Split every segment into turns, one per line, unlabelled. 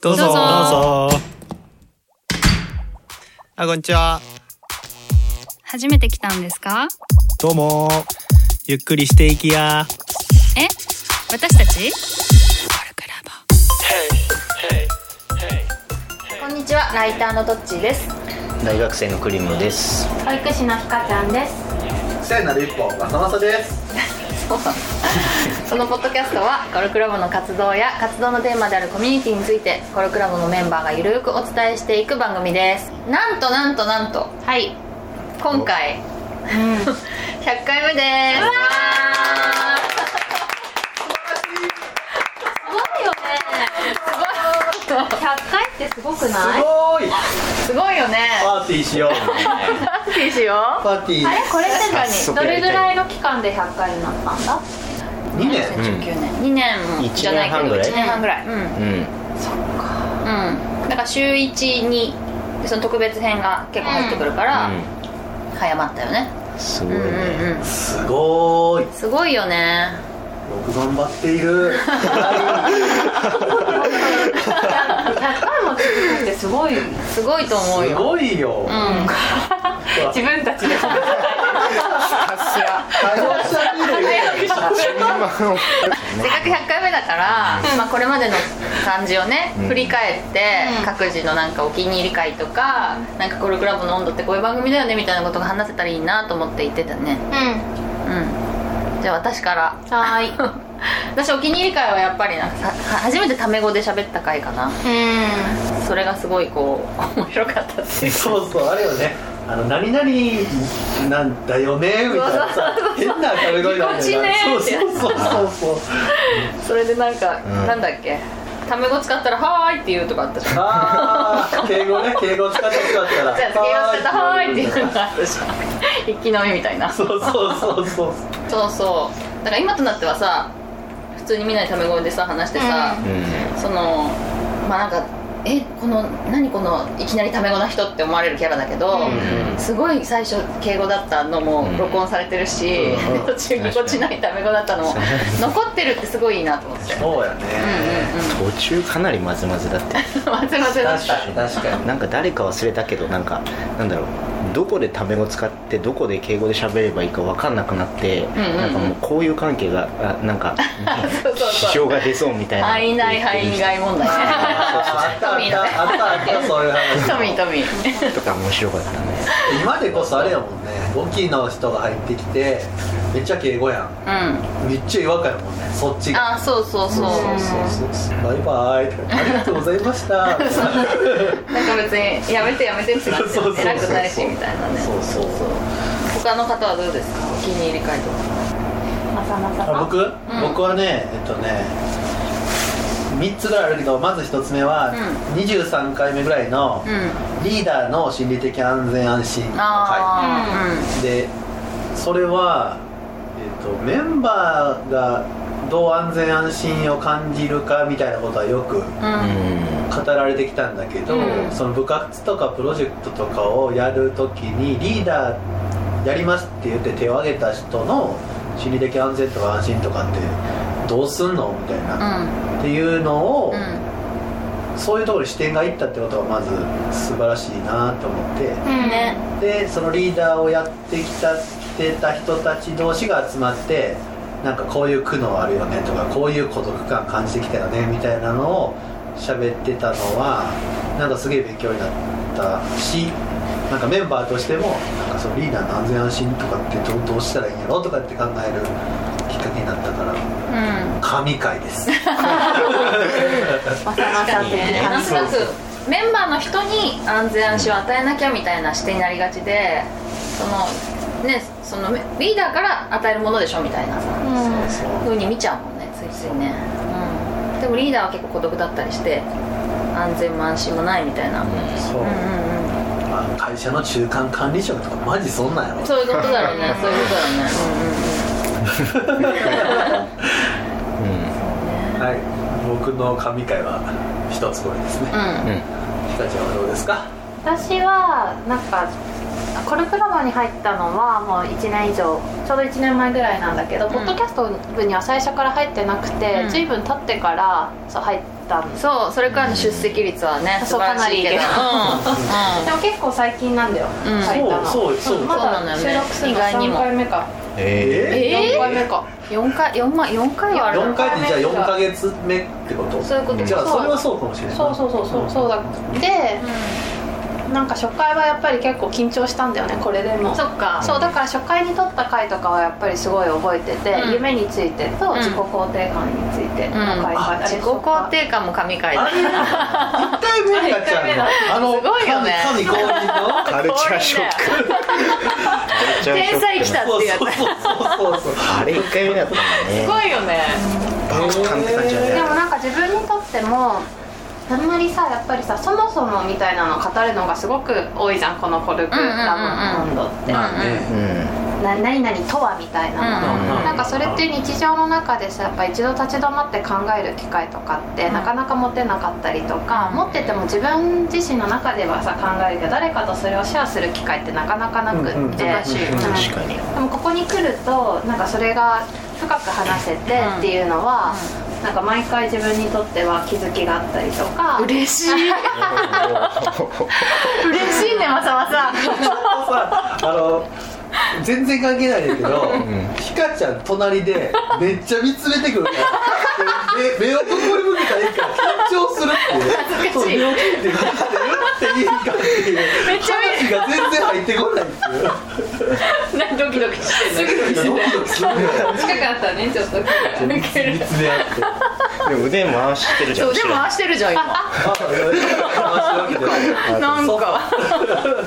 どうぞ
どうぞ
あこんにちは
初めて来たんですか
どうもゆっくりしていきや
え私たち
こんにちは、ライターのどっちです。
大学生のクリムです
保育士のひかちゃんです。
聖なる一歩まさまさです
そうなのこのポッドキャストはコルクラボの活動や活動のテーマであるコミュニティについてコルクラボのメンバーがゆるくお伝えしていく番組ですなんとなんとなんとはい今回、100回目ですわーすごいよね100回ってすごく
す
ない
ごい
すごいよね
パーティーしよう
いいしよ
パーティー
これって
早
何
速
どれぐ
や
らいの期間で100回になったんだ
2年
2019年、2年もじゃないけど
1
1
年
年半ぐらいうん、うん、
りたいうん
だから週12その特別編が結構入ってくるから、早まったよね
すごい
うんうん
ね
うん
すごーいよ
すごいよ ね
く頑張っている
100回も続くってすごい
すごいと思う
す
よ
ごいよ、
うん、
自分たちで
会話しゃべるよ
せっかく100回目だから、まあ、これまでの感じをね、振り返って、各自のなんかお気に入り会とか、なんかコルクラボの温度ってこういう番組だよねみたいなことが話せたらいいなと思って言ってたね
う
うんじゃあ私から
んはーい
私お気に入り会はやっぱりなんかさ初めてタメ語で喋った回かな
う
それがすごいこう面白かったっていう
そうそうあれよねあの何々なんだよねみたいなさ変な食べ声だ
ぎこちね
そ
ー
う
って
そうそうそうそう
それでなんか、
ん
なんだっけタメ語使ったら「はーい」って言うとかあったじゃんじゃ
あー敬語ね敬語使ってほしかったら
あ付け合わせた「はーい」って言うの
は
があったじゃん一気飲みみたいな
ーいそうそうそうそう
そうそうだから今となってはさ普通にみんなでタメ語でさ話してさ、そのまあなんかえこの何このいきなりタメ語な人って思われるキャラだけど、すごい最初敬語だったのも録音されてるし、
うん
途中ぎこちないタメ語だったのも残ってるってすごいいいなと思ってうんうん
そうやね
うん途中かなりまずま ずだった
うんまぜまぜだっ
確
た
かに確かに
なんか誰か忘れたけどなんかなんだろうどこでタメ語使ってどこで敬語で喋ればいいか分かんなくなって、
うん
なんかもうこういう関係があなんか
そうそう
支
そう
障が出そうみたいな
範囲内範囲外問 題ね
あったあったあったあったそういう話
トミートミー
とか面白かったね
今でこそあれやもんね簿記の人が入ってきてめっちゃ敬語やん
うん
めっちゃ違和感やもんねそっちが
ああそうそうそう
そうそうそうバイバイとかありがとうございましたとか
なんか別にやめてやめてってなっ
そうそう
て
そう
偉くないしみたいなね
そうそうそう
他の方はどうですかお気に入り会とか
んまさまさ
あ僕、僕はねえっとね3つぐらいあるけどまず1つ目は、23回目ぐらいの
うん
リーダーの心理的安全安心の会
ああ
でそれは、えっとメンバーがどう安全安心を感じるかみたいなことはよく
うんうん
語られてきたんだけど、
うん
その部活とかプロジェクトとかをやるときにリーダーやりますって言って手を挙げた人の心理的安全とか安心とかってどうすんのみたいな、っていうのを、
うんうん
そういうところに視点がいったってことはまず素晴らしいなと思って。
ね
でそのリーダーをやってきたってた人たち同士が集まってなんかこういう苦悩あるよねとかこういう孤独感感じてきたよねみたいなのを喋ってたのはなんかすげえ勉強になったしなんかメンバーとしてもなんかそのリーダーの安全安心とかってどうどうしたらいいんやろとかって考えるきっかけになったから
うん
神回です
まさまさっていう
な
感
ん
じ
となくメンバーの人に安全安心を与えなきゃみたいな視点になりがちでそのねそのリーダーから与えるものでしょみたいなさ
うん
そう
ふうに見ちゃうもんねついついねうんでもリーダーは結構孤独だったりして安全も安心もないみたいなうんうん
そう、
う
まあ、会社の中間管理職とかマジそんなんやろ
んそういうことだろうねそういうことだろうね
はい、僕の神回は一つこれですね。
うんうんうんうん
ひかちゃんはどうですか？
私はなんかコルクラボに入ったのはもう1年以上ちょうど1年前ぐらいなんだけど、
ん
ポッドキャスト部には最初から入ってなくて、
うん
随分経ってからそう入ったんです
そうそれからの出席率はね素
そう
晴らしいけど
か
う
でも結構最近なんだよ、
うん
入ったの
そうそうそうん
ま
そうな
だ
のよ
収
ね
録する
意
の
外に
3
も
回目か
え
えー
4回目か
んうん4回4万4回はある
4
の
回ってじゃあ4か月目ってこと
そういうこと
じゃあそれはそうかもしれない
そうそうそうそうそうだでなんか初回はやっぱり結構緊張したんだよねこれでも
そっか
そうだから初回に撮った回とかはやっぱりすごい覚えてて、
うん
夢についてと自己肯定感についての回があった
自
り
己
とか
肯定感も神回
あ
だ
れ1回目になっちゃうのあの
すごいよね
神神公認の
カルチャーショック
天才来たっていうやつ
そうそうそうそう
あれ1回目だったんだね
いよね
爆誕って感じだ
でも
ね
なんか自分にとってもあんまりさやっぱりさそもそもみたいなのを語るのがすごく多いじゃんこのコルクラブの温度って、
まあね
うん
な何々とはみたいなもの、
うん
なんかそれって日常の中でさやっぱ一度立ち止まって考える機会とかってなかなか持てなかったりとか、持ってても自分自身の中ではさ考えるけど誰かとそれをシェアする機会ってなかなかなくって、
うんうん
難
しい
うん
確かに
でもここに来るとなんかそれが深く話せてっていうのは、なんか毎回自分にとっては気づきがあったりとか
嬉しい嬉しいねわざわざ
ちょっとさ あの全然関係ないんだけど、
ん
ひかちゃん隣でめっちゃ見つめてくるから で目目をどこに向けたらいいか緊張するっていうそう目を切って何してるっていいかっていう話が全然入ってこないっていう
ドキドキしてる
ドキドキするね
近かったねちょっと
見つめ合って
でも腕回してるじゃん
そうでも回してるじゃん今
あ面白いけど
なん
そう
か
そうだよね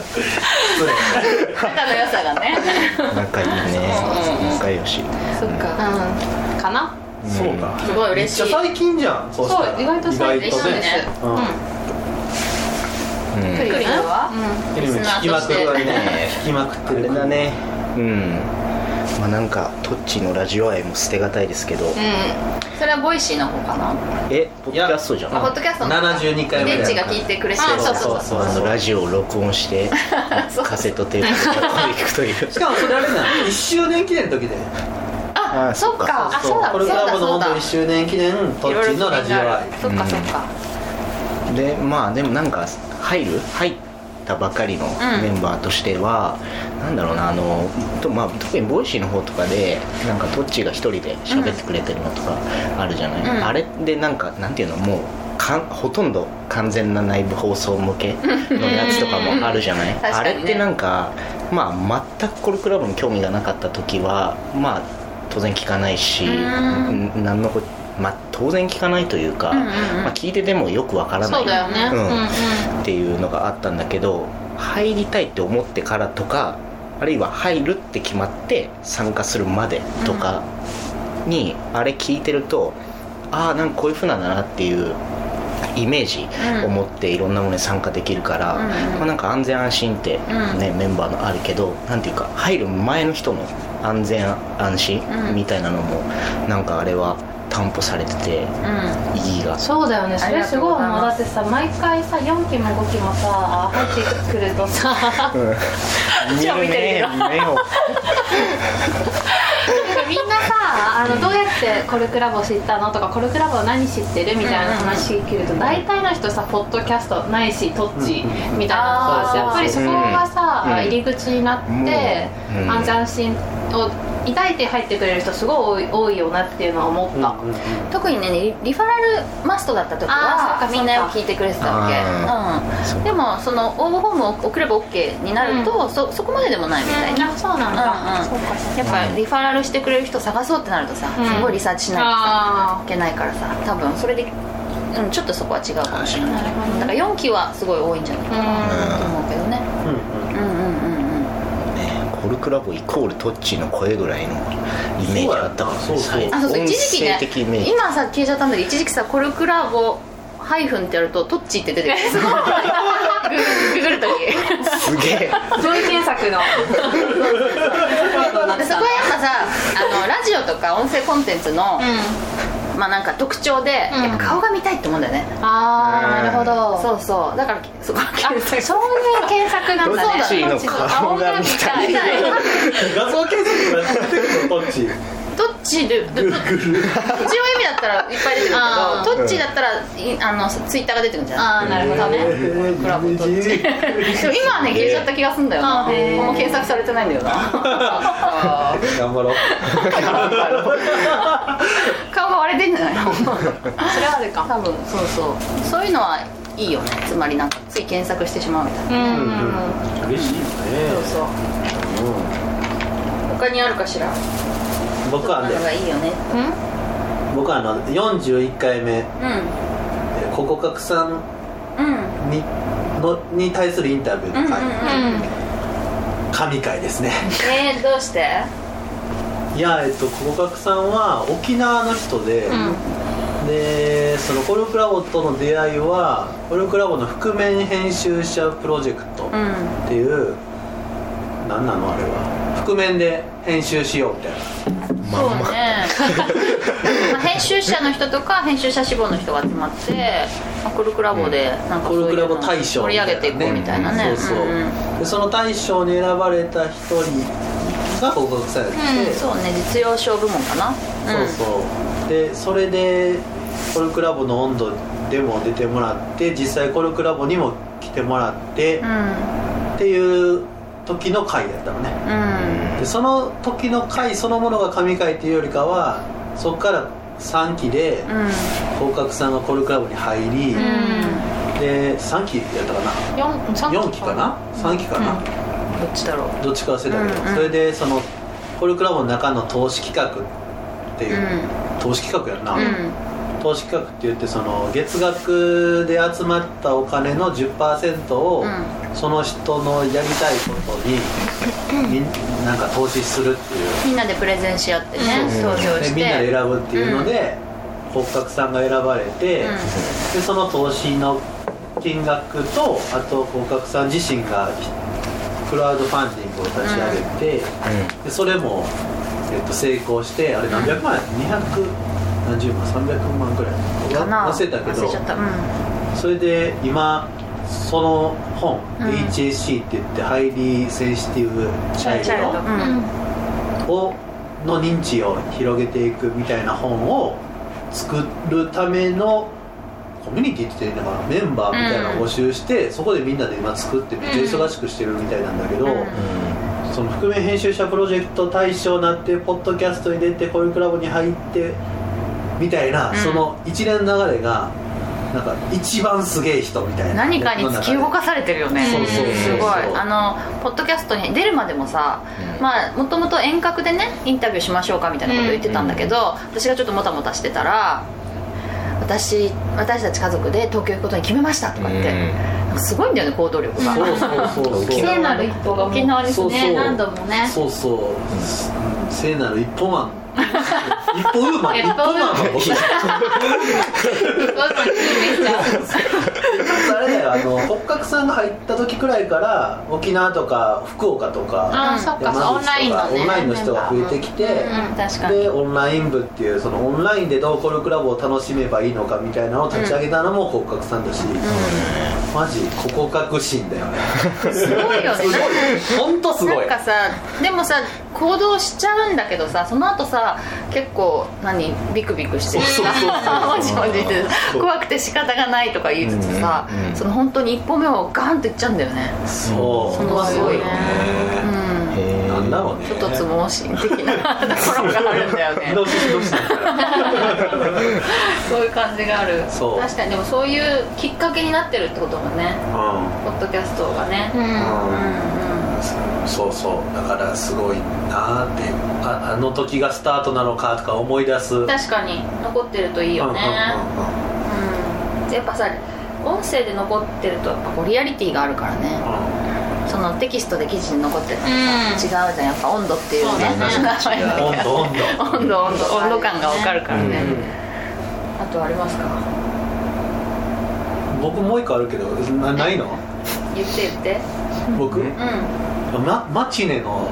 肩の良さがね
仲いいね仲良し
そっか
うんかな
そうか
すごい嬉しい
めっちゃ最近じゃんそうしたら
そう意外と最近
意外と
嬉しいね
うん
うん
クリアは、
でも聞きまくってるね聞きまくって
あれ
る
だねうんまあなんかトッチのラジオ愛も捨てがたいですけど
うんそれはボイシーの方かな
えポッドキャストじゃん
ポッドキャストの方
72回目
電池が聞いてくれて
そう
る
そうそうそう
あのラジオを録音して
そう
カセットテープで聞くという
しかもそれあれなの1周 年記念の時で
ああ
そっかあそうだ
これか
そう
ら
だ
もの
そう
温度
だ
1周年記念トッチのラジオ愛
そっかそっか
でまあでもなんか入る入ったばかりの
ん
メンバーとしては、なんだろうなあのと、まあ、特にボイシーの方とかでなんかトッチが一人で喋ってくれてるのとかあるじゃない、
うん
あれでなんかなんていうのもうかんほとんど完全な内部放送向けのやつとかもあるじゃない、
確かにね
あれってなんか、まあ、全くコルクラブに興味がなかった時はまあ当然聞かないし、
うん
んなんのこまあ当然聞かないというか、
うんうんうん
まあ、聞いててもよくわからない
そうだよね
う
うんんうん
っていうのがあったんだけど入りたいって思ってからとかあるいは入るって決まって参加するまでとかに、あれ聞いてるとああなんかこういう風なんだなっていうイメージを持っていろんなものに参加できるから、
うんうん
まあ、なんか安全安心って、ねメンバーのあるけどなんていうか入る前の人の安全安心
うん
みたいなのも、なんかあれは担保されてて
うん
意義が
そうだよねそれすごい思う
ありがとうござい
だ
ま
ってさ毎回さ4期も5期もさ入ってくるとさなんか
見るね目を
みんなさあのどうやってコルクラボ知ったのとかコルクラボ何知ってるみたいな話聞けると大体の人さポッドキャストないしトッチみたいなの
あ
さ
ー
やっぱりそこがさ
うん
入り口になって
うん
安全安心を抱いて入ってくれる人すごい多い多いよなっていうのは思った
うんうんうん
特にねリリファラルマストだった時
あーそっかそ
は
っか
みんなよく聞いてくれてたわけ、
そ
うん、でもその応募フォームを送れば OK になると、そそこまででもないみたいな、
あそうな
う
ん
んう
だ
ん
そうかそうか
やっぱリファラルしてくれる人探そうってなるとさ、
うん
すごいリサーチしないとさ
あ
いけないからさ多分それで、うん、ちょっとそこは違うかもしれない
あなるほど
だから4期はすごい多いんじゃないかなと思うけどね
うん
うんうんうんうん
ねコルクラボイコールトッチの声ぐらいのイメージあったから
そうそう
あそうそう
音
一時期ね
声的イメージ
今さ消えちゃったんだけど一時期さコルクラボハイフンってやるとトッチって出てくるすごいググるとき
すげ え
文検索の
そこはやっぱさあのラジオとか音声コンテンツの、まあなんか特徴で、
うん
やっぱ顔が見たいって思うんだよね、
あーなるほど
そうそうだからそこは
あそういう検索なんだね
どっちの顔が見たい
見たい
画像検索が出てくるのどっ ち
どっちでどどどっちの意味だったらいっぱい出てくる
あ
けど
ー
どっちだったらいあのツイッターが出てくるんじゃない
ああなるほどね
クラブどっち
でも今はね消えちゃった気がすんだよな
あーへー
もう検索されてないんだよな
頑張ろう
顔が割れてんじゃないの
それはあるか
多分そうそうそういうのはいいよねつまりなんかつい検索してしまうみたいな、
うん
うん嬉しいよね
そうそう他にあるかしら
うん僕は
なのが
ね
いいよね
僕はあの41回目「ここかくさん
うんうん
に」のに対するインタビュー
うん
の
うん
回、
うん
うん
神回ですね
えー、どうして
いやえっとここかくさんは沖縄の人で、でそのコルクラボとの出会いはコルクラボの覆面編集者プロジェクト
うん
っていう、なん、何なのあれは覆面で編集しようみたいな
そうねまあ編集者の人とか編集者志望の人が集まってまあコルクラボでなんか
コ
そう
ル
い
ク
うの
ラ
を
ボ大賞
盛り上げていこうみたいなね
そうそう、
んん
でその大賞に選ばれた一人が報告されて、
うんそうね実用賞部門かな
そうそうでそれでコルクラボの温度でも出てもらって実際コルクラボにも来てもらって、
うん
っていう時の回だったのね
うん
でその時の回そのものが神回っていうよりかはそこから3期で
うん
合格さんがコルクラブに入り、
うん
で3期やったか
四
な
三
4期かな3期かな、
どっちだろう
どっちか忘れたけど、
うんうん
それでそのコルクラブの中の投資企画っていう、投資企画やんな、
うん
投資企画って言ってその月額で集まったお金の10%を、
う
その人のやりたいことに、みんなんか投資するっていう
みんなでプレゼンし合ってね
そう
投票
で
して
みんなで選ぶっていうので、骨格さんが選ばれて、
うん
でその投資の金額とあと骨格さん自身がクラウドファンディングを立ち上げて、でそれも、えっと、成功してあれ何百万や200何十万300万ぐらい
かな
忘れたけ
忘れちゃった
ど
うん
それで今その本、
うん
HSC って言ってハイリーセンシティブチャイルド
う
うんん
をの認知を広げていくみたいな本を作るためのコミュニティって言っていいのかなメンバーみたいなのを募集して、そこでみんなで今作ってめっちゃ忙しくしてるみたいなんだけど、
うん
その覆面編集者プロジェクト大賞になってポッドキャストに出てこういうクラブに入ってみたいな、
うん
その一連の流れがなんか一番すげえ人みたいな
何かに突き動か
す
されてるよね
そう
そうそう
すごいあのポッドキャストに出るまでもさまあもともと遠隔でねインタビューしましょうかみたいなこと言ってたんだけど、私がちょっともたもたしてたら私私たち家族で東京行くことに決めましたとかって、なんかすごいんだよね行動力が、
そうそうそうそう
聖なる一歩がもう
沖縄で
そ
すね
うそう
何度もね
そうそう、聖なる一歩マン一歩ウーマン
一
一
歩
歩マンは僕あれだよあの骨格さんが入った時くらいから沖縄とか福岡とか
あーそっかそうオンラインのね
オンラインの人が増えてきて、
うん
確かに
でオンライン部っていうそのオンラインでどうコルクラブを楽しめばいいのかみたいなのを立ち上げたのも骨格さんだし、マジここ革新だよね
すごいよね
ほんとすご
ないんかさでもさ行動しちゃうんだけどさその後さ結構何ビクビクしてる
そうそうそう
さ もじもじって
そう
怖くて仕方がないとか言いつつさ、
うんうん
その本当に一歩目をガンといっちゃうんだよね
そう
そこはすごいねうん
うんなんだろうね
ちょっとつ盲信的なところがあるんだよ ね
どうしどうしたんだろう
そういう感じがある
そう
確かにでもそういうきっかけになってるってこともね
うん
ポッドキャストがね
うん
うん
そうそうだからすごいなーってああの時がスタートなのかとか思い出す
うん確かに残ってるといいよね
う
うんやっぱさ音声で残ってるとやっぱこうリアリティがあるからね
んうんうんうん
そのテキストで記事に残ってるのと
うん
違うじゃんやっぱ温度っていうね
そうだ
温 度温度
温度温度温度感がわかるからね、あとありますか
僕もう一個あるけどなないの
言って言って
僕
うん
うん
まマチネの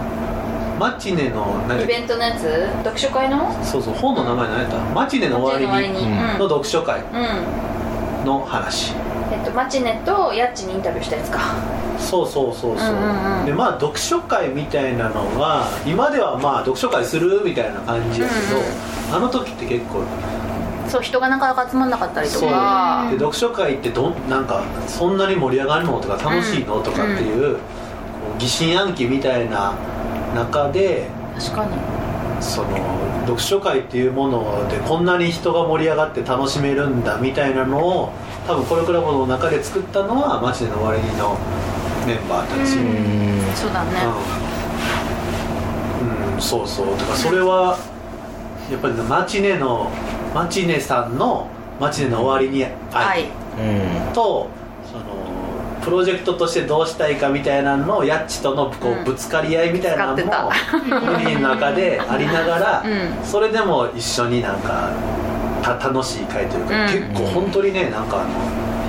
マチネの何だっ
イ
け
ベントのやつ読書会の
そうそう本の名前何やったマチネの終わりに
う
うん
ん
の読書会
うん
の話
えっとマチネとヤッチにインタビューしたやつか
そうそうそうそう,、
うんうんうん
でまあ読書会みたいなのは今ではまあ読書会するみたいな感じやけど、
うん
あの時って結構
そう人がなかなか集まんなかったりとか
で読書会ってどんなんかそんなに盛り上がるのとか楽しいの、とかっていう、こう疑心暗鬼みたいな中で
確かに
その読書会っていうものでこんなに人が盛り上がって楽しめるんだみたいなのを多分コロクラボの中で作ったのはマジでの終わりのメンバーたち、
う
うんん
そうだね
うんそうそうだからそれはやっぱりマチネのマチネさんのマチネの終わりに
は
愛
い
うん
とそのプロジェクトとしてどうしたいかみたいなのをヤッチとのこ
うん
うぶつかり合いみたいなのも
ぶつか
無理の中でありながら、
う
それでも一緒になんかた楽しい会というか、
うん
結構本当にねなんかあの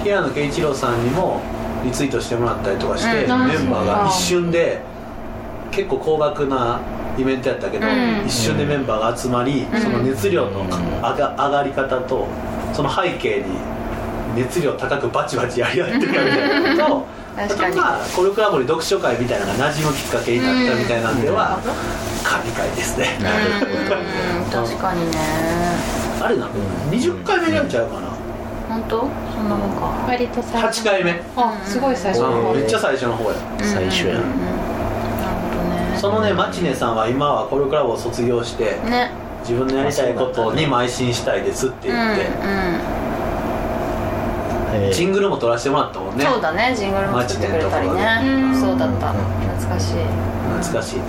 平野啓一郎さんにもリツイートしてもらったりとかして、
うん
メンバーが一瞬で結構高額なイベントやったけど、
うん
一瞬でメンバーが集まり、
うん
その熱量の
うん
上が上がり方とその背景に熱量高くバチバチやり合ってるみたいなのと。あと
確かに
まあコルクラボに読書会みたいなのが馴染むきっかけになったみたいなんでは、神回ですね
なるほど
うん確かにね
あれなの20回目になっちゃうかな、
本当そんなもんか
割と最
8回目、
あすごい最初の
う
方
んめっ
で
ちゃ最初の方や
最初
うん
や
うんうんなるほどね
そのねマチネさんは今はコルクラボを卒業して
ね
自分のやりたいことに邁進したいですって
うん
言って、
えー
ジングルも撮らせてもらったもん
うん
ね
そうだねジングルも作ってくれたり
マ
ね
ジでところで
そうだった
うん
懐かしい
懐かしいね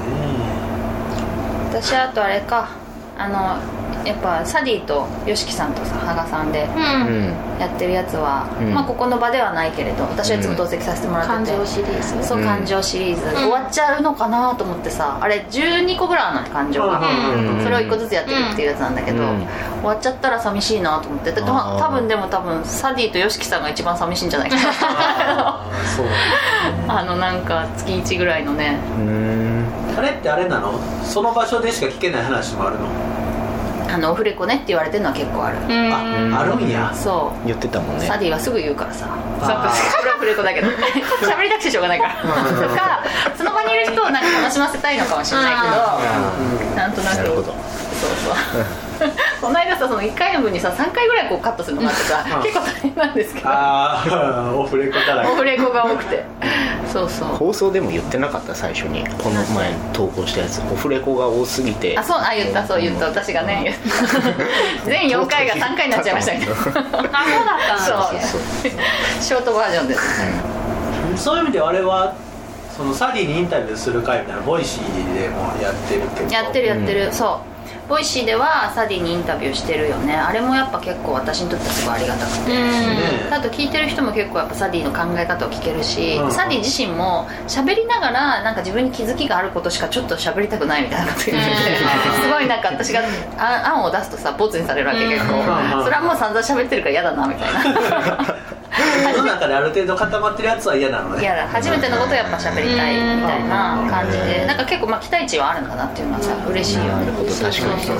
私あとあれかあのやっぱサディと YOSHIKI さんとさ羽賀さんで
うん
うん
やってるやつは、
うん
まあここの場ではないけれど私はいつも同席させてもら
感
ってて、
情シリーズ
そう
うん
感情シリーズ、終わっちゃうのかなと思ってさあれ12個ぐらいあるのって感情 が、
うん
それを1個ずつやってるっていうやつなんだけど、
うん
終わっちゃったら寂しいなと思ってでた
あー
多分でも多分サディと YOSHIKI さんが一番寂しいんじゃないかな
あーそう
あのなんか月1ぐらいのね
うん
あれってあれなのその場所でしか聞けない話もあるの、
あのオフレコねって言われてるのは結構ある、
ああるんや
そう
言ってたもんね
サディはすぐ言うからさ
あー
それは触れ子だけど喋りたくてしょうがないからとかその場にいる人をなんか楽しませたいのかもしれないけどなんとなく
なるほど
そうそうこの間さその1回の分にさ3回ぐらいこうカットするのがあってさ
うん
結構大変なんですけど
ああオフレコだら
オ
け
フレコが多くてそうそう
放送でも言ってなかった最初にこの前投稿したやつオフレコが多すぎて
あそうあ言ったそう言った私がね言った 全4回が3回になっちゃいましたけど
あそうだったんだ
そう
そう
ショートバージョンです
そういう意味であれはそのサディにインタビューする会みたいなボイシーでもやってるけど
やってるやってる、そうボイシーではサディにインタビューしてるよねあれもやっぱ結構私にとってはすごいありがたくて、
ね
あと聞いてる人も結構やっぱサディの考え方を聞けるし、
うん
サディ自身も喋りながらなんか自分に気づきがあることしかちょっと喋りたくないみたいなこと言ってて、すごいなんか私があ案を出すとさボツにされるわけ結構、
うん
それはもう散々喋ってるから嫌だなみたいな
世の中である程度固まってるやつは嫌なのね
嫌だ初めてのことやっぱ喋りたいみたいな感じで
うん
なんか結構まあ期待値はあるのかなっていうのはさ嬉しいよ
な
ね
るほど確かに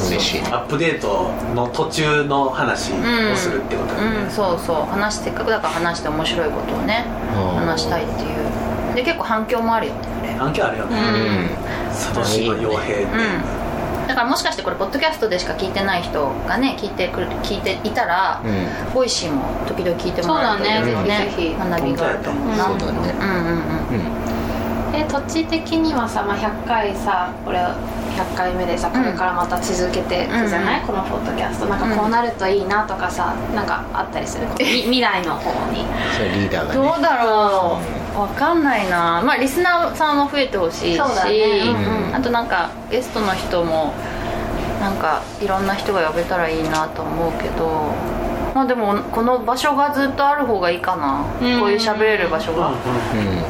嬉しい
アップデートの途中の話をするってことだ
う
ね
ん、そうそう話せっかくだから話して面白いことをね
うん
話したいっていうで結構反響もあるよねあれ
関係あるよね
うん
佐藤島洋平って
うんだからもしかしてこれポッドキャストでしか聞いてない人がね聞いてくる聞いていたら、
うん
ボイシーも時々聞いてもらうと
そうだね
ね
ぜひぜひ
学びがあると思うな
そうだ
う
ね
んうんうん
うん
え土地的にはさ、まあ、100回さこれ100回目でさこれからまた続けていくじゃない、このポッドキャストなんかこうなるといいなとかさなんかあったりするみ未来の方に
それリーダーがね
どうだろうわかんないなまあリスナーさんも増えてほしいし、
そうだね
うんうん
あとなんかゲストの人もなんかいろんな人が呼べたらいいなと思うけどまあでもこの場所がずっとある方がいいかな、
うん
こういう喋れる場所
うん
が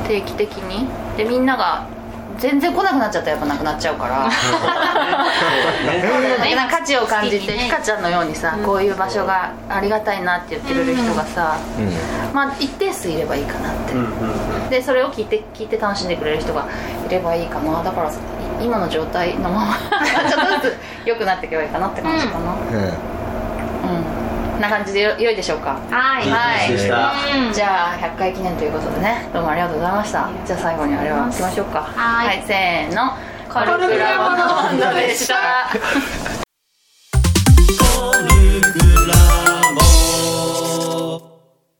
定期的にでみんなが全然来なくなっちゃったらやっぱなくなっちゃうから
ね
なんか価値を感じて
好きにね
ひかちゃんのようにさこういう場所がありがたいなって言ってくれる人がさまあ一定数いればいいかなって
うんうんうん
でそれを聞いて聞いて楽しんでくれる人がいればいいかなだから今の状態のままちょっとずつ良くなっていけばいいかなって感じかな
うん
うん、な感じでよ良いでしょうか
はい
いい
はい
話でした、
うん
じゃあ100回記念ということでねどうもありがとうございましたじゃあ最後にあれは行きましょうか
はい
せーのコルクラボの女でした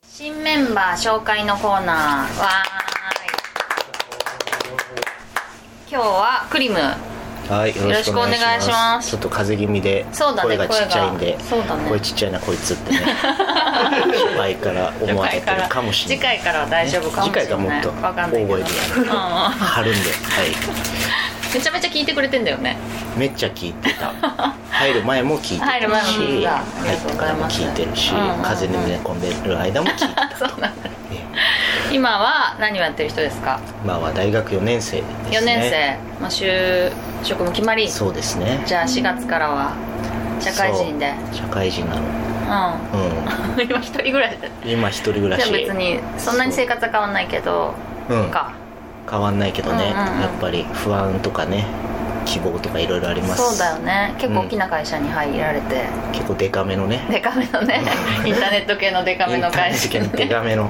新メンバー紹介のコーナーわーい今日はクリム
はい、よろしくお願い
よろしく
し
お願い
ま
し
す
ます
ちょっと風邪気味で
そうだね
声がちっちゃいんで
声がそうだね
声ちっちゃいなこい つってね初回から思われてるかもしれない
次回からは大丈夫かもしれない
次回がもっと
わかんないけど
大声でやる
うんうん
貼るんで、は
めちゃめちゃ聞いてくれてんだよね
い、めっちゃ聞いてた入る前も聞いてたし
入る前も聞いたあり
入
が
っ
とう
て
ご
か
ざい
らも
ます
聞いてるし、
うんうんうん
風邪に寝込んでる間も聞いてた
そうなんだ今は何をやってる人ですか
今は大学4年生ですね
4年生、まあ、就職も決まりじ
そうですね
ゃあ4月からは社会人で
そう社会人なの
う
うん
今一人ぐらいで
ん今一人暮ら
じゃあ
し
別にそんなに生活は変わんないけど
うん
か
変わんないけどね、
うんうんうん
やっぱり不安とかね希望とかいろいろあります
そうだよね結構大きな会社に入られて、
結構デカめのね
デカめのねインターネット系のデカめの会社
インターネット系のデカめの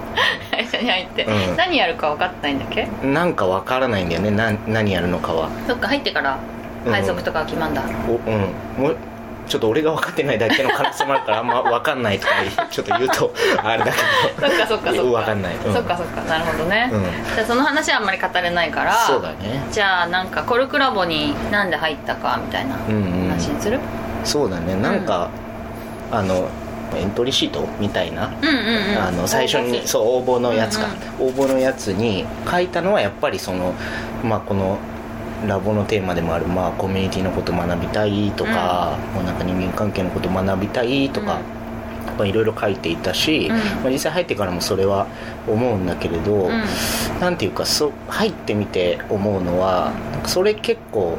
会社に入って、
うん
何やるか分かってないんだっけ
なんかわからないんだよねな何やるのかは
そっか入ってから配属とかは決まんだ、
おうんもうちょっと俺が分かってないだけの可能性もあるからあんま分かんないとかちょっと言 うとあれだけ
そっかそっかそっか
わかんないうん
そっかそっかなるほどね、
うん
じゃあその話はあんまり語れないから
どそうだね
じゃあなんかコルクラボになんで入ったかみたいな
うんうん
話にする、
そうだねなんか、あのエントリーシートみたいな
うん、うんうん
あの最初にそう応募のやつか、応募のやつに書いたのはやっぱりその、まあ、このラボのテーマでもある、まあ、コミュニティのこと学びたいとか,、もうなんか人間関係のこと学びたいとか、まあ、いろいろ書いていた
う
し、
ん
まあ、実際入ってからもそれは思うんだけれど、
うん
なんていうかそう入ってみて思うのはなんかそれ結構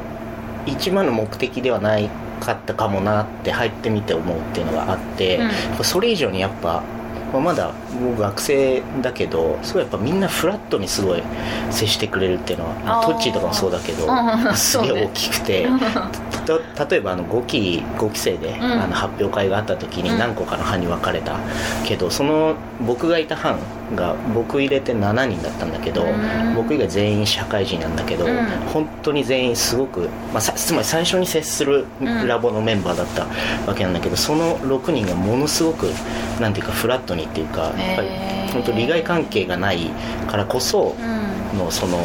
一番の目的ではないかったかもなって入ってみて思うっていうのがあって、
うん
やっぱそれ以上にやっぱ、まあ、まだ僕学生だけどすごいやっぱみんなフラットにすごい接してくれるっていうのは、まあ
あー
トッチーとかもそうだけど、
うん
す
そう
げ
ね
え大きくて。た例えばあの5期5期生で、
ん
あの発表会があった
う
時
ん
に何個かの班に分かれたけど、その僕がいた班が僕入れて7人だったんだけど、
うん
僕以外全員社会人なんだけど、
うん
本当に全員すごく、まあ、さつまり最初に接する
ん
ラボのメンバーだったわけなんだけど、その6人がものすごくなんていうかフラットにっていうか、やっぱり
へー
本当利害関係がないからこそ
うんうん
のその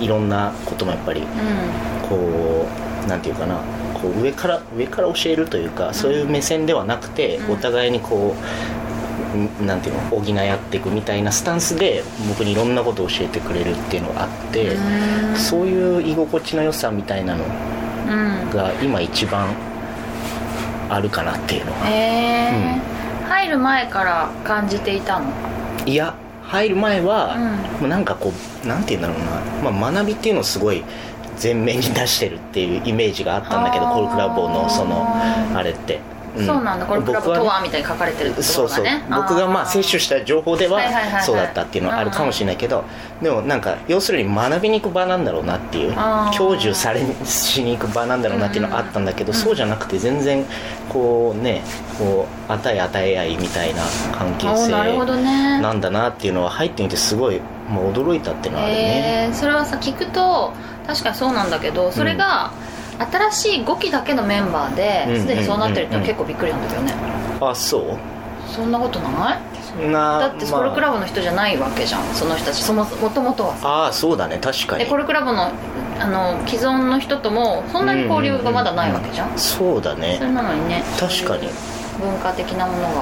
いろんなこともやっぱりこうなんていうかなこう上から上から教えるというかそういう目線ではなくて、
うん
お互いにこううんなんていうの補い合っていくみたいなスタンスで僕にいろんなことを教えてくれるっていうのがあって、そういう居心地の良さみたいなの
うん
が今一番あるかなっていうのは
えー入る前から感じていたの
いや入る前は、
うん
もうなんかこうなんて言うんだろうな、まあ、学びっていうのをすごい前面に出してるっていうイメージがあったんだけど
あー
コルクラボのそのあれって、ん
そうなんだコルクラボと
僕は
はみたいに書かれてるってこ
そう
とだ
そう
ね
僕がまあ摂取した情報では
はいはいはいはい
そうだったっていうのはあるかもしれないけどでもなんか要するに学びに行く場なんだろうなっていう
あー
享受されしに行く場なんだろうなっていうのはあったんだけど
うんうん
そうじゃなくて全然こうねこう与え与え合いみたいな関係
おー
性
なるほどね
なんだなっていうのは入ってみてすごいもう驚いたっていうのはあるね。
えーそれはさ聞くと確かにそうなんだけどそれが、新しい5期だけのメンバー
うん
で
うん
すでにそうなってるっての
うん
は結構びっくりなんだけどね、
あそう
そんなことない
な
だってコルクラボの人じゃないわけじゃんその人たちそももともとはさ
ああーそうだね確かに
でコルクラボのあの既存の人ともそんなに交流がまだないわけじゃん,、
そうだね
それなのにね
確かに
文化的なもの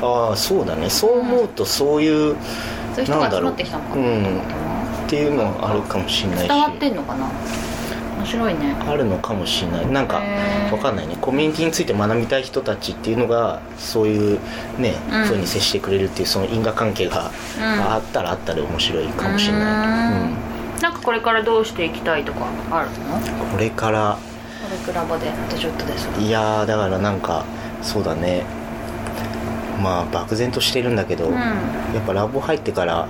が
ああそうだねそう思うとそういう、
そういう人が集まってきたのかな
なんだろうっていうのはあるかもしれないし
伝わってんのかな面白いね
あるのかもしれないなんか
へー
わかんないねコミュニティについて学びたい人たちっていうのがそういうね、
うん
風に接してくれるっていうその因果関係が
うん
あったらあったで面白いかもしれない、
う
うんん
なんかこれからどうしていきたいとかあるのこ
これから
れクラボであとちょっとです
いやーだからなんかそうだねまあ漠然としてるんだけど、
うん
やっぱラボ入ってから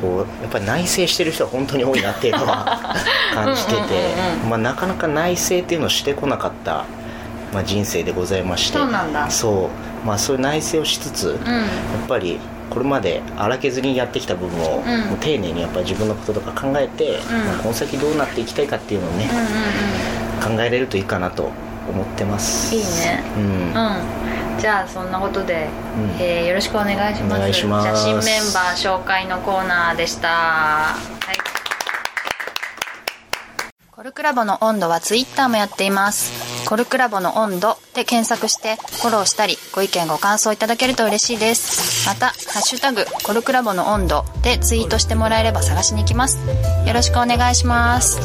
こうやっぱり内省してる人は本当に多いなっていうの は感じてて
うんうんうん
まあ、なかなか内省っていうのをしてこなかった、まあ、人生でございまして
そうなんだ
そうまあそういう内省をしつつ、や
うん
っぱりこれまで荒削りにやってきた部分を、
ん
もう丁寧にやっぱり自分のこととか考えて、
ん
まあこの先どうなっていきたいかっていうのをね、
うんうん
考えれるといいかなと思ってます
いいね
うん、
うんうんじゃあそんなことで、
うん
えーよろしくお願いします
お願いします
じゃあ新メンバー紹介のコーナーでしたはいコルクラボの温度はツイッターもやっています。コルクラボの温度で検索してフォローしたりご意見ご感想いただけると嬉しいです。また、ハッシュタグコルクラボの温度でツイートしてもらえれば探しに行きます。よろしくお願いします。